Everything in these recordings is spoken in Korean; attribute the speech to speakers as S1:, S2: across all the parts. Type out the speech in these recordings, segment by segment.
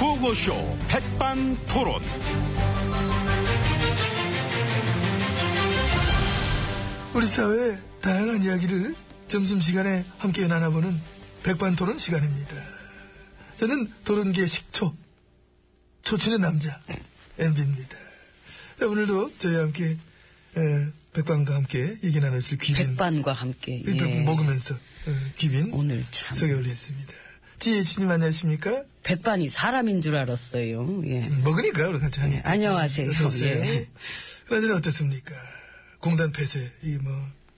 S1: 라디오쇼 백반 토론.
S2: 우리 사회의 다양한 이야기를 점심시간에 함께 나눠보는 백반토론 시간입니다. 저는 토론계 식초, 초춘의 남자, MB입니다. 자, 오늘도 저희와 함께 에, 백반과 함께 얘기 나누실 귀빈
S3: 백반과 함께
S2: 이
S3: 예.
S2: 백반 먹으면서 어, 귀빈
S3: 오늘 참.
S2: 소개 올렸습니다. 지혜진님 안녕하십니까?
S3: 백반이 사람인 줄 알았어요. 예.
S2: 음, 먹으니까 우리 같이 하니
S3: 예, 안녕하세요. 예.
S2: 그나저나 어땠습니까? 공단 폐쇄 이뭐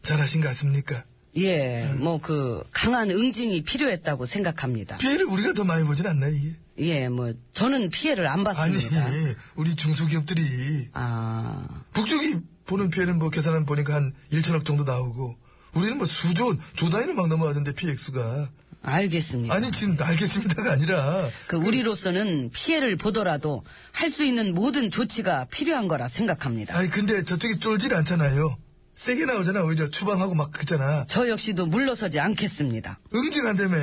S2: 잘하신 것 같습니까?
S3: 예, 뭐 그 강한 응징이 필요했다고 생각합니다.
S2: 피해를 우리가 더 많이 보진 않나 이게?
S3: 예, 뭐 저는 피해를 안
S2: 아니 예.
S3: 봤습니다.
S2: 우리 중소기업들이
S3: 아,
S2: 북쪽이 보는 피해는 뭐 계산한 보니까 한 1천억 정도 나오고 우리는 뭐 수조 조단위를 막 넘어가던데 피해 액수가
S3: 알겠습니다.
S2: 아니 지금 알겠습니다가 아니라
S3: 예. 그 우리로서는 피해를 보더라도 할 수 있는 모든 조치가 필요한 거라 생각합니다.
S2: 아니 근데 저쪽이 쫄질 않잖아요 세게 나오잖아 오히려 추방하고 막 그잖아
S3: 저 역시도 물러서지 않겠습니다.
S2: 응징 안 되매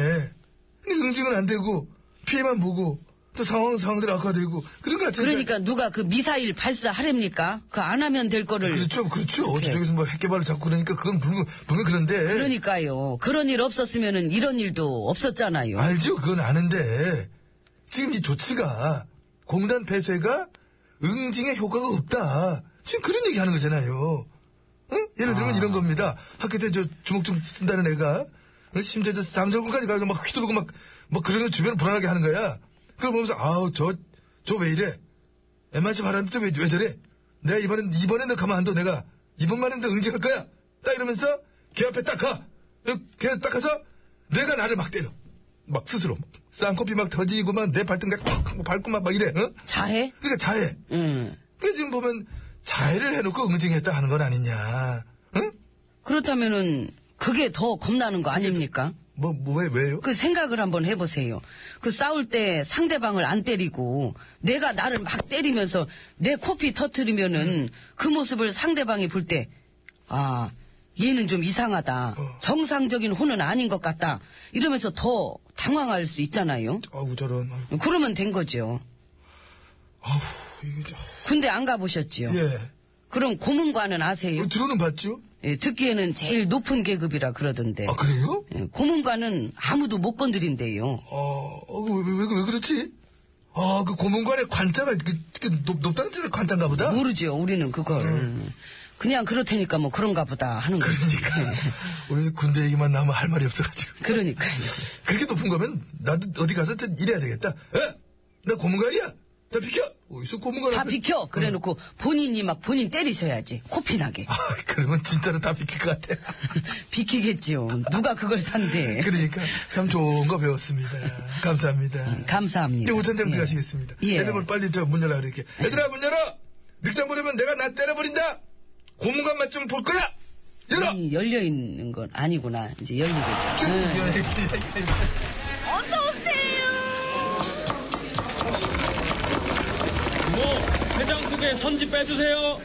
S2: 근데 응징은 안 되고 피해만 보고 또 상황 상황대로 악화되고 그런 것 같아요
S3: 그러니까 누가 그 미사일 발사하렵니까? 그 안 하면 될 거를
S2: 그렇죠 그렇죠
S3: 그렇게.
S2: 저쪽에서 뭐 핵개발을 잡고 그러니까 그건 분명, 분명 그런데
S3: 그러니까요. 그런 일 없었으면은 이런 일도 없었잖아요.
S2: 알죠, 그건 아는데 지금 이 조치가 공단 폐쇄가 응징의 효과가 없다. 지금 그런 얘기하는 거잖아요. 응? 예를
S3: 아.
S2: 들면 이런 겁니다. 학교 때 저 주먹 좀 쓴다는 애가 어, 심지어 저 삼절군까지 가서 막 휘두르고 막 뭐 그러는 주변을 불안하게 하는 거야. 그걸 보면서 아우 저 저 왜 이래? MRC 바람도 왜, 왜 저래? 내가 이번엔, 이번엔 너 가만 안 둬, 내가. 이번만엔 너 응징할 거야. 딱 이러면서, 걔 앞에 딱 가. 걔 딱 가서, 내가 나를 막 때려. 막 스스로. 쌍코피 막 터지고, 막 내 발등 내가 탁 하고 밟고 막, 막 이래, 어?
S3: 자해? 예.
S2: 그러니까 자해.
S3: 응.
S2: 그 지금 보면, 자해를 해놓고 응징했다 하는 건 아니냐. 응?
S3: 그렇다면은 그게 더 겁나는 거 아닙니까?
S2: 뭐, 뭐, 왜, 왜요?
S3: 그 생각을 한번 해보세요. 그 싸울 때 상대방을 안 때리고 내가 나를 막 때리면서 내 코피
S2: 음.
S3: 터트리면은 그 모습을 상대방이 볼 때, 아, 얘는 좀 이상하다.
S2: 어.
S3: 정상적인 혼은 아닌 것 같다. 이러면서 더 당황할 수 있잖아요.
S2: 아우, 저런. 아우,
S3: 그러면 된 거죠.
S2: 아우, 이거, 저,
S3: 군대 안 가보셨지요?
S2: 예.
S3: 그럼 고문관은 아세요?
S2: 이거 들어는 봤죠?
S3: 예, 듣기에는 제일 높은 계급이라 그러던데.
S2: 아, 그래요?
S3: 예, 고문관은 아무도 못 건드린대요.
S2: 어, 어, 왜, 왜, 왜, 왜 그렇지? 아, 그 고문관의 관자가 그, 그 높, 높다는 뜻의 관자인가 보다?
S3: 모르죠, 우리는 그걸. 그냥 그렇다니까 뭐 그런가 보다 하는 거죠.
S2: 그러니까. 우리 군대 얘기만 나오면 할 말이 없어가지고.
S3: 그러니까요.
S2: 그렇게 높은 거면 나도 어디 가서 좀 일해야 되겠다. 에? 나 고문관이야? 다 비켜! 어디서 고문관
S3: 다
S2: 앞에-
S3: 비켜! 그래
S2: 응.
S3: 놓고 본인이 막 본인 때리셔야지. 코피나게.
S2: 아, 그러면 진짜로 다 비킬 것 같아.
S3: 비키겠지요. 누가 그걸 산대.
S2: 그러니까 참 좋은 거 배웠습니다. 감사합니다.
S3: 감사합니다.
S2: 이제 오천장
S3: 예.
S2: 들어가시겠습니다.
S3: 예.
S2: 애들 빨리 저 문 열라 이렇게. 애들아 문 열어. 늑장 보내면 내가 나 때려버린다. 고문관만 좀 볼 거야. 열어.
S3: 아니, 열려있는 건 아니구나. 이제 열리고.
S2: 쭉 열어.
S4: 뭐 회장 속에 선지
S2: 뭐,
S4: 빼주세요.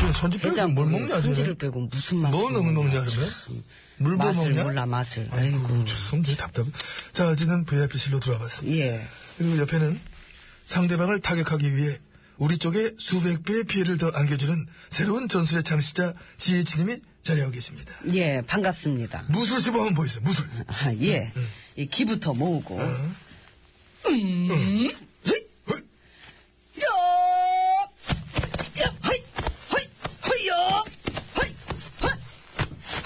S2: 저 선지 빼고 뭘
S3: 그
S2: 먹냐 쟤.
S3: 손질을 빼고 무슨 맛을
S2: 뭐 넣으면 먹냐 그러면? 물 부어
S3: 맛을
S2: 먹냐?
S3: 몰라, 맛을.
S2: 아이고
S3: 아이고.
S2: 참 되게 답답해. 자 어쨌든 VIP실로 들어와봤습니다.
S3: 예.
S2: 그리고 옆에는 상대방을 타격하기 위해 우리 쪽에 수백 배의 피해를 더 안겨주는 새로운 전술의 장시자 지혜진님이 자리하고 계십니다.
S3: 예, 반갑습니다.
S2: 무술 시범 한번 보여주세요. 무술.
S3: 아, 예. 이 기부터 모으고.
S2: 헤이, 헤이.
S3: 야! 야! 허이! 허이! 허이요! 허이!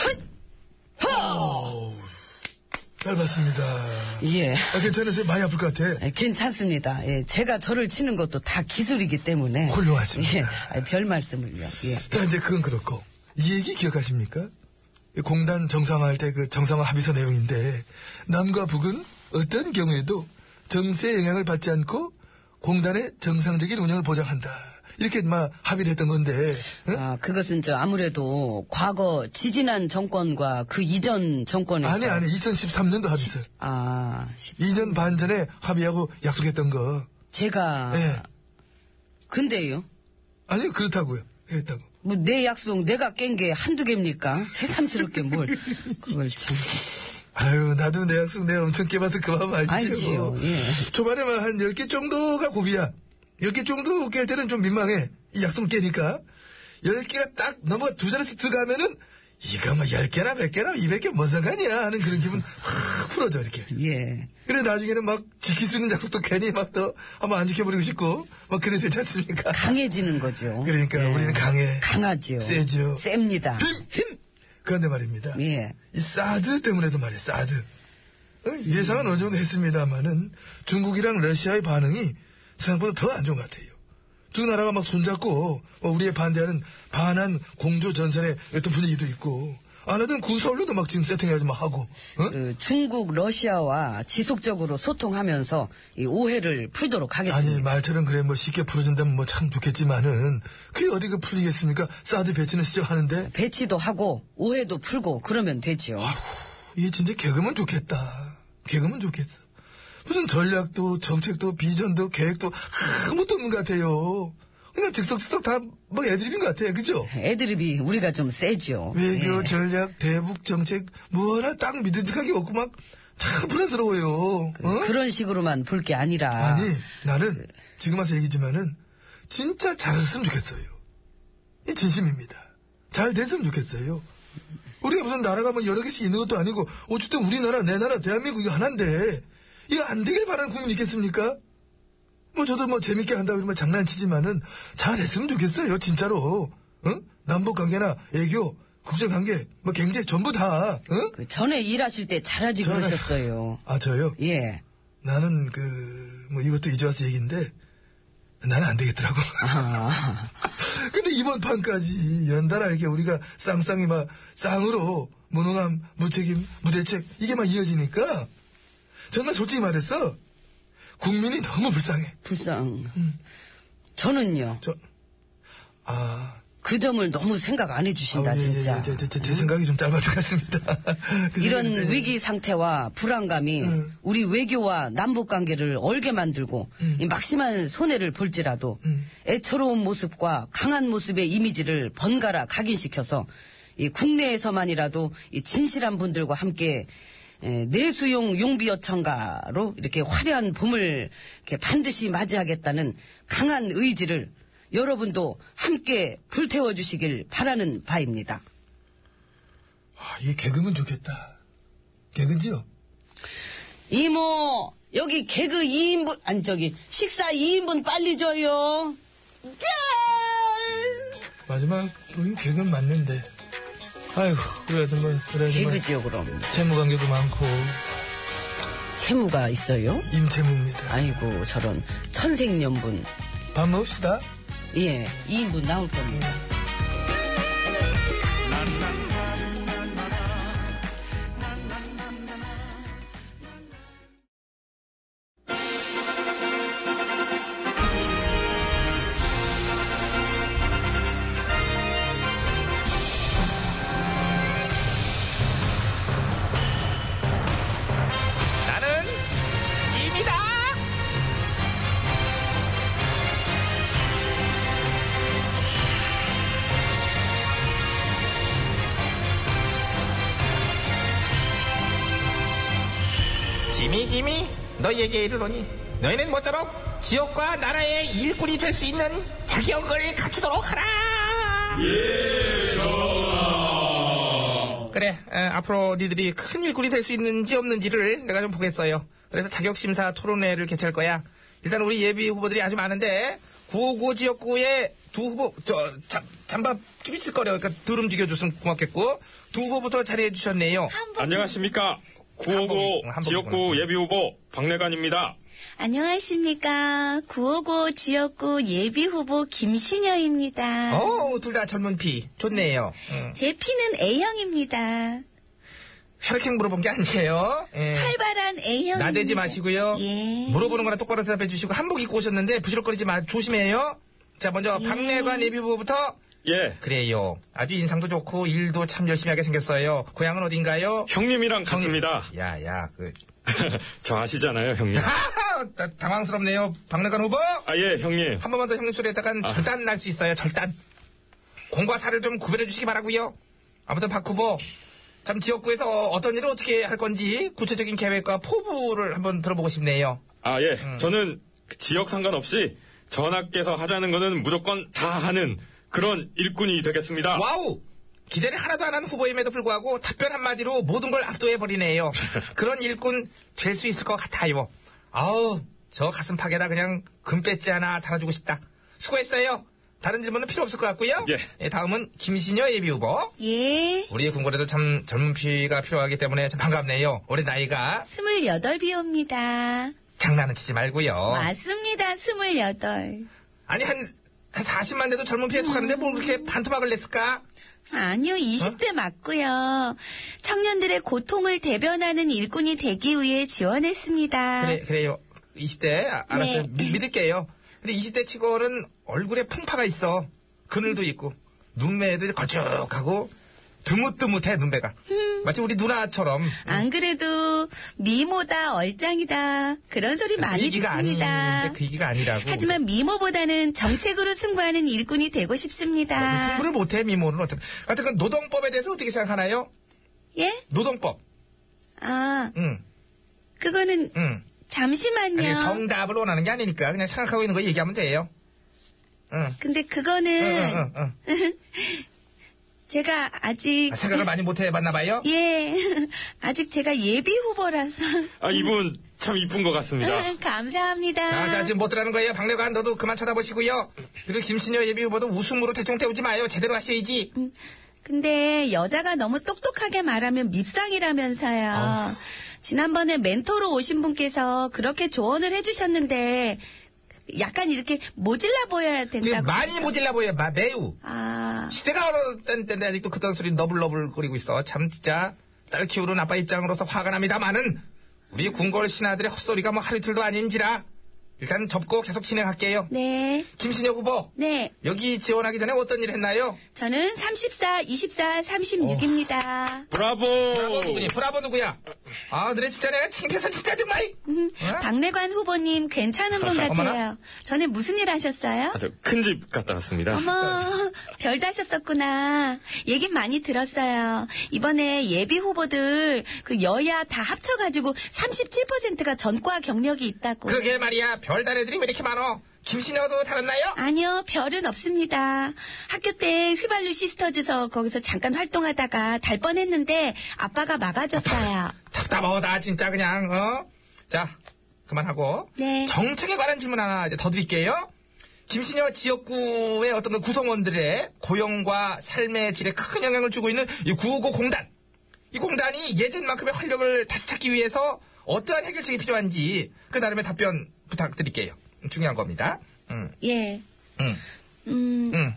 S3: 허이! 허이!
S2: 잘 봤습니다.
S3: 허! 예.
S2: 아, 괜찮으세요? 많이 아플 것 같아.
S3: 예, 괜찮습니다. 예, 제가 저를 치는 것도 다 기술이기 때문에.
S2: 훌륭하십니다.
S3: 예, 아, 별 말씀을요. 예.
S2: 자, 이제 그건 그렇고. 이 얘기 기억하십니까? 이 공단 정상화할 때 그 정상화 합의서 내용인데, 남과 북은 어떤 경우에도 정세의 영향을 받지 않고 공단의 정상적인 운영을 보장한다. 이렇게 막 합의를 했던 건데, 어? 응?
S3: 아, 그것은 저 아무래도 과거 지지난 정권과 그 이전 정권에서.
S2: 아니, 아니, 2013년도 합의서.
S3: 아, 시-
S2: 2년 반 전에 합의하고 약속했던 거.
S3: 제가.
S2: 예.
S3: 근데요.
S2: 아니, 그렇다고요. 했다고.
S3: 뭐 내 약속 내가 깬 게 한두 개입니까? 새삼스럽게 뭘. 그걸 참.
S2: 아유, 나도 내 학습 내가 엄청 깨봐서 그만 알지요.
S3: 알지요, 예.
S2: 초반에만 한 10개 정도가 고비야. 10개 정도 깰 때는 좀 민망해. 이 약속을 깨니까. 10개가 딱 넘어 두 자릿수 들어가면은, 이거 뭐 10개나 100개나 200개 뭔 상관이야 하는 그런 기분 확 풀어져, 이렇게.
S3: 예.
S2: 그래, 나중에는 막 지킬 수 있는 약속도 괜히 막 더, 한번 안 지켜버리고 싶고, 막 그래 되지 않습니까?
S3: 강해지는 거죠.
S2: 그러니까 우리는 강해.
S3: 강하지요.
S2: 세지요.
S3: 셉니다.
S2: 힘! 힘! 그런데 말입니다.
S3: 예.
S2: 이 사드 때문에도 말이에요, 사드. 어, 예상은 어느 정도 했습니다만은 중국이랑 러시아의 반응이 생각보다 더 안 좋은 것 같아요. 두 나라가 막 손잡고 뭐 우리의 반대하는 반한 공조 전선의 어떤 분위기도 있고 안 하던 군사훈련도 막 지금 세팅해가지고 막 하고 어?
S3: 그 중국, 러시아와 지속적으로 소통하면서 이 오해를 풀도록 하겠습니다.
S2: 아니 말처럼 그래 뭐 쉽게 풀어준다면 뭐 참 좋겠지만은 그게 어디 그 풀리겠습니까? 사드 배치는 시작하는데
S3: 배치도 하고 오해도 풀고 그러면 되지요.
S2: 이게 진짜 개그면 좋겠다. 개그면 좋겠어. 무슨 전략도 정책도 비전도 계획도 아무것도 없는 것 같아요. 그냥 즉석즉석 다 뭐 애드립인 것 같아요. 그죠?
S3: 애드립이 우리가 좀 세지요.
S2: 외교
S3: 예.
S2: 전략 대북 정책 뭐 하나 딱 믿음직하게 없고 막 다 불안스러워요. 어?
S3: 그런 식으로만 볼 게 아니라
S2: 아니 나는 지금 와서 얘기지만은 진짜 잘했으면 좋겠어요. 이 진심입니다. 잘 됐으면 좋겠어요. 우리가 무슨 나라가 뭐 여러 개씩 있는 것도 아니고 어쨌든 우리나라 내 나라 대한민국 이거 하나인데 이거 안 되길 바라는 국민 있겠습니까? 뭐 저도 뭐 재밌게 한다 그러면 장난치지만은 잘했으면 좋겠어요 진짜로. 응? 남북 관계나 애교, 국제 관계, 뭐 경제 전부 다. 응?
S3: 그 전에 일하실 때 잘하지
S2: 저는-
S3: 그러셨어요.
S2: 아 저요?
S3: 예.
S2: 나는 그 뭐 이것도 이제 와서 얘기인데 나는 안 되겠더라고.
S3: 아.
S2: 근데 이번 판까지 연달아 이게 우리가 쌍쌍이 막 쌍으로 무능함, 무책임, 무대책 이게 막 이어지니까 정말 솔직히 말해서 국민이 너무 불쌍해.
S3: 불쌍.
S2: 음.
S3: 저는요.
S2: 저 아,
S3: 그 점을 너무 생각 안 해주신다
S2: 아우, 예, 예,
S3: 진짜. 음.
S2: 예, 제, 제, 제, 제 생각이 좀 짧았던 것 같습니다. 그
S3: 이런
S2: 생각인데, 예.
S3: 위기 상태와 불안감이
S2: 음.
S3: 우리 외교와 남북 관계를 얼게 만들고 이 막심한 손해를 볼지라도 애처로운 모습과 강한 모습의 이미지를 번갈아 각인시켜서 이 국내에서만이라도 이 진실한 분들과 함께 에, 내수용 용비 여청가로 이렇게 화려한 봄을 이렇게 반드시 맞이하겠다는 강한 의지를 여러분도 함께 불태워 주시길 바라는 바입니다.
S2: 아, 이 개그면 좋겠다. 개그지요?
S3: 이모, 여기 개그 2인분, 아니, 저기, 식사 2인분 빨리 줘요.
S2: 마지막 음, 개그는 맞는데 아이고 그래도 뭐 그래도 뭐
S3: 개그지요, 그럼.
S2: 채무 관계도 많고
S3: 채무가 있어요?
S2: 임채무입니다
S3: 아이고, 저런, 천생연분.
S2: 밥 먹읍시다
S3: 예, 2인분 나올 겁니다.
S1: 나는 짐이다.
S5: 지미 지미 너희에게 이르노니 너희는 모쪼록 지역과 나라의 일꾼이 될 수 있는 자격을 갖추도록 하라. 예, 전하. 그래, 어, 앞으로 니들이 큰 일꾼이 될 수 있는지 없는지를 내가 좀 보겠어요. 그래서 자격 심사 토론회를 개최할 거야. 일단 우리 예비 후보들이 아주 많은데 959 지역구의 두 후보 저 잠, 잠바 쭈비칠거려 그러니까 덜 움직여줬으면 고맙겠고 두 후보부터 자리해 주셨네요.
S4: 안녕하십니까.
S5: 한복이-
S4: 955
S5: 한복이구나.
S4: 지역구 예비후보 박래관입니다.
S6: 안녕하십니까. 955 지역구 예비후보 김신여입니다.
S5: 어우 둘 다 젊은 피 좋네요. 음.
S6: 제 피는 A형입니다.
S5: 혈액형 물어본 게 아니에요. 예.
S6: 활발한 A형입니다.
S5: 나대지 마시고요.
S6: 예.
S5: 물어보는 거나 똑바로 대답해 주시고 한복 입고 오셨는데 부지럭거리지 마 조심해요. 자 먼저 박내관 예비후보부터
S4: 예.
S5: 그래요. 아주 인상도 좋고 일도 참 열심히 하게 생겼어요. 고향은 어딘가요?
S4: 형님이랑 같습니다.
S5: 야야 그
S4: 저 아시잖아요, 형님.
S5: 하하! 나 당황스럽네요. 박내관 후보
S4: 아, 예, 형님.
S5: 한 번만 더 형님 소리 했다간 절단 날 수 있어요. 절단. 공과 사를 좀 구별해 주시기 바라고요. 아무튼 박 후보 참 지역구에서 어떤 일을 어떻게 할 건지 구체적인 계획과 포부를 한번 들어보고 싶네요.
S4: 아, 예.
S5: 음.
S4: 저는 그 지역 상관없이 전하께서 하자는 거는 무조건 다 하는 그런 일꾼이 되겠습니다.
S5: 와우! 기대를 하나도 안 하는 후보임에도 불구하고 답변 한마디로 모든 걸 압도해버리네요. 그런 일꾼 될 수 있을 것 같아요. 아우, 저 가슴 파괴다 그냥 금배지 하나 달아주고 싶다. 수고했어요. 다른 질문은 필요 없을 것 같고요.
S4: 예.
S5: 다음은 김신여 예비 후보.
S3: 예.
S5: 우리의 궁궐에도 참 젊은 피가 필요하기 때문에 참 반갑네요. 올해 나이가
S3: 28비옵니다.
S5: 장난은 치지 말고요.
S3: 맞습니다. 28.
S5: 아니 한, 한 40만 대도 젊은 피에 속하는데 뭘 그렇게 반토막을 냈을까?
S3: 아니요, 20대
S5: 어?
S3: 맞고요. 청년들의 고통을 대변하는 일꾼이 되기 위해 지원했습니다.
S5: 그래, 그래요. 20대, 아, 알았어요.
S3: 아. 네.
S5: 믿- 믿을게요. 근데 20대 치고는 얼굴에 풍파가 있어. 그늘도 있고, 눈매도 걸쭉하고, 드뭇드뭇해, 눈매가.
S3: 음.
S5: 마치 우리 누나처럼.
S3: 안 그래도 미모다 얼짱이다 그런 소리
S5: 그
S3: 많이
S5: 얘기가
S3: 듣습니다.
S5: 아닌데, 그 얘기가 아니라고.
S3: 하지만 미모보다는 정책으로 승부하는 일꾼이 되고 싶습니다.
S5: 승부를 못해, 미모는 어차피. 하여튼, 그 노동법에 대해서 어떻게 생각하나요?
S3: 예?
S5: 노동법.
S3: 아
S5: 응,
S3: 그거는
S5: 응.
S3: 잠시만요.
S5: 아니, 정답을 원하는 게 아니니까, 그냥 생각하고 있는 거 얘기하면 돼요. 응.
S3: 근데
S5: 응, 응,
S3: 그거는
S5: 응, 응.
S3: 제가 아직
S5: 아, 생각을 많이 못 해봤나봐요?
S3: 예 아직 제가 예비 후보라서
S4: 아, 이분 참 이쁜 것 같습니다.
S3: 감사합니다.
S5: 자, 자, 지금 못 들어가는 거예요. 박래관 너도 그만 쳐다보시고요. 그리고 김신여 예비 후보도 웃음으로 대충 때우지 마요. 제대로 하셔야지.
S3: 음, 근데 여자가 너무 똑똑하게 말하면 밉상이라면서요. 지난번에 멘토로 오신 분께서 그렇게 조언을 해주셨는데 약간 이렇게 모질라 보여야
S5: 지금
S3: 된다고.
S5: 많이 모질라 보여. 마, 매우.
S3: 아,
S5: 시대가 어렸던 때인데 아직도 그딴 소리 너블너블거리고 있어. 참 진짜 딸 키우는 아빠 입장으로서 화가 납니다만은 우리 궁궐 신하들의 헛소리가 뭐 하루 이틀도 아닌지라 일단 접고 계속 진행할게요.
S3: 네,
S5: 김신여 후보
S3: 네.
S5: 여기 지원하기 전에 어떤 일 했나요?
S3: 저는 34, 24,
S5: 어?
S3: 36입니다.
S4: 브라보!
S5: 브라보 누구니? 브라보 누구야? 아, 너네 진짜 내가 창피해서 진짜 정말. 어?
S3: 음, 박래관 후보님 괜찮은 분
S5: 어머나.
S3: 같아요. 전에 무슨 일 하셨어요?
S4: 아, 저큰집 갔다 왔습니다.
S3: 어머, 별 다셨었구나. 얘긴 많이 들었어요. 이번에 예비 후보들 그 여야 다 합쳐가지고 37%가 전과 경력이 있다고.
S5: 그러게 말이야 별다른 애들이 왜 이렇게 많어 김신여도 달았나요?
S3: 아니요, 별은 없습니다. 학교 때 휘발유 시스터즈서 거기서 잠깐 활동하다가 달 뻔했는데 아빠가 막아줬어요.
S5: 답답하다 진짜 그냥 어? 자 그만하고
S3: 네.
S5: 정책에 관한 질문 하나 이제 더 드릴게요 김신여 지역구의 어떤 그 구성원들의 고용과 삶의 질에 큰 영향을 주고 있는 이 구호고 공단 이 공단이 예전만큼의 활력을 다시 찾기 위해서 어떠한 해결책이 필요한지 그 나름의 답변 부탁드릴게요 중요한 겁니다
S3: 예.
S5: 음.
S3: 음,
S5: 음.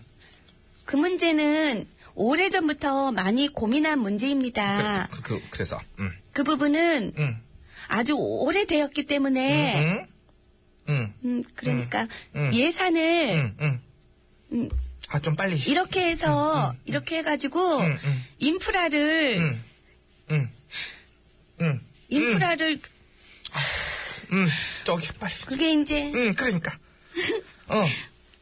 S3: 그 문제는 오래전부터 많이 고민한 문제입니다.
S5: 그, 그, 래서 음.
S3: 그 부분은
S5: 음.
S3: 아주 오래되었기 때문에
S5: 음? 음.
S3: 음, 그러니까
S5: 음.
S3: 예산을
S5: 응, 응.
S3: 음.
S5: 아, 좀 빨리.
S3: 이렇게 해서 이렇게 해가지고
S5: 음, 음.
S3: 인프라를
S5: 음. 응. 응.
S3: 인프라를
S5: 응. 음. 저기, 빨리.
S3: 그게 이제
S5: 응, 그러니까. 어.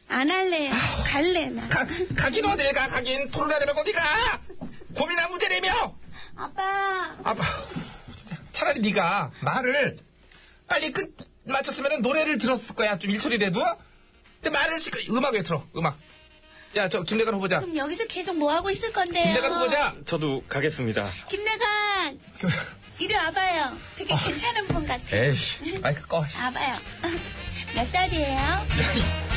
S3: 안 할래요. 갈래 나.
S5: 가, 가긴 어딜 가, 가긴. 토론해야 되면 어디 가! 고민한 문제라며!
S3: 아빠.
S5: 아빠, 진짜. 차라리 네가 말을 빨리 끝 맞췄으면 노래를 들었을 거야. 좀 일소리라도. 근데 말을, 시끄- 그, 음악 왜 틀어? 음악. 야, 저 김대관 후보자.
S3: 그럼 여기서 계속 뭐 하고 있을 건데요?
S5: 김대관 후보자!
S4: 저도 가겠습니다.
S3: 김대관 이리 와봐요. 되게
S5: 어.
S3: 괜찮은 분 같아.
S5: 에이, 마이크 꺼.
S3: 와봐요. 몇 살이에요?
S5: 야,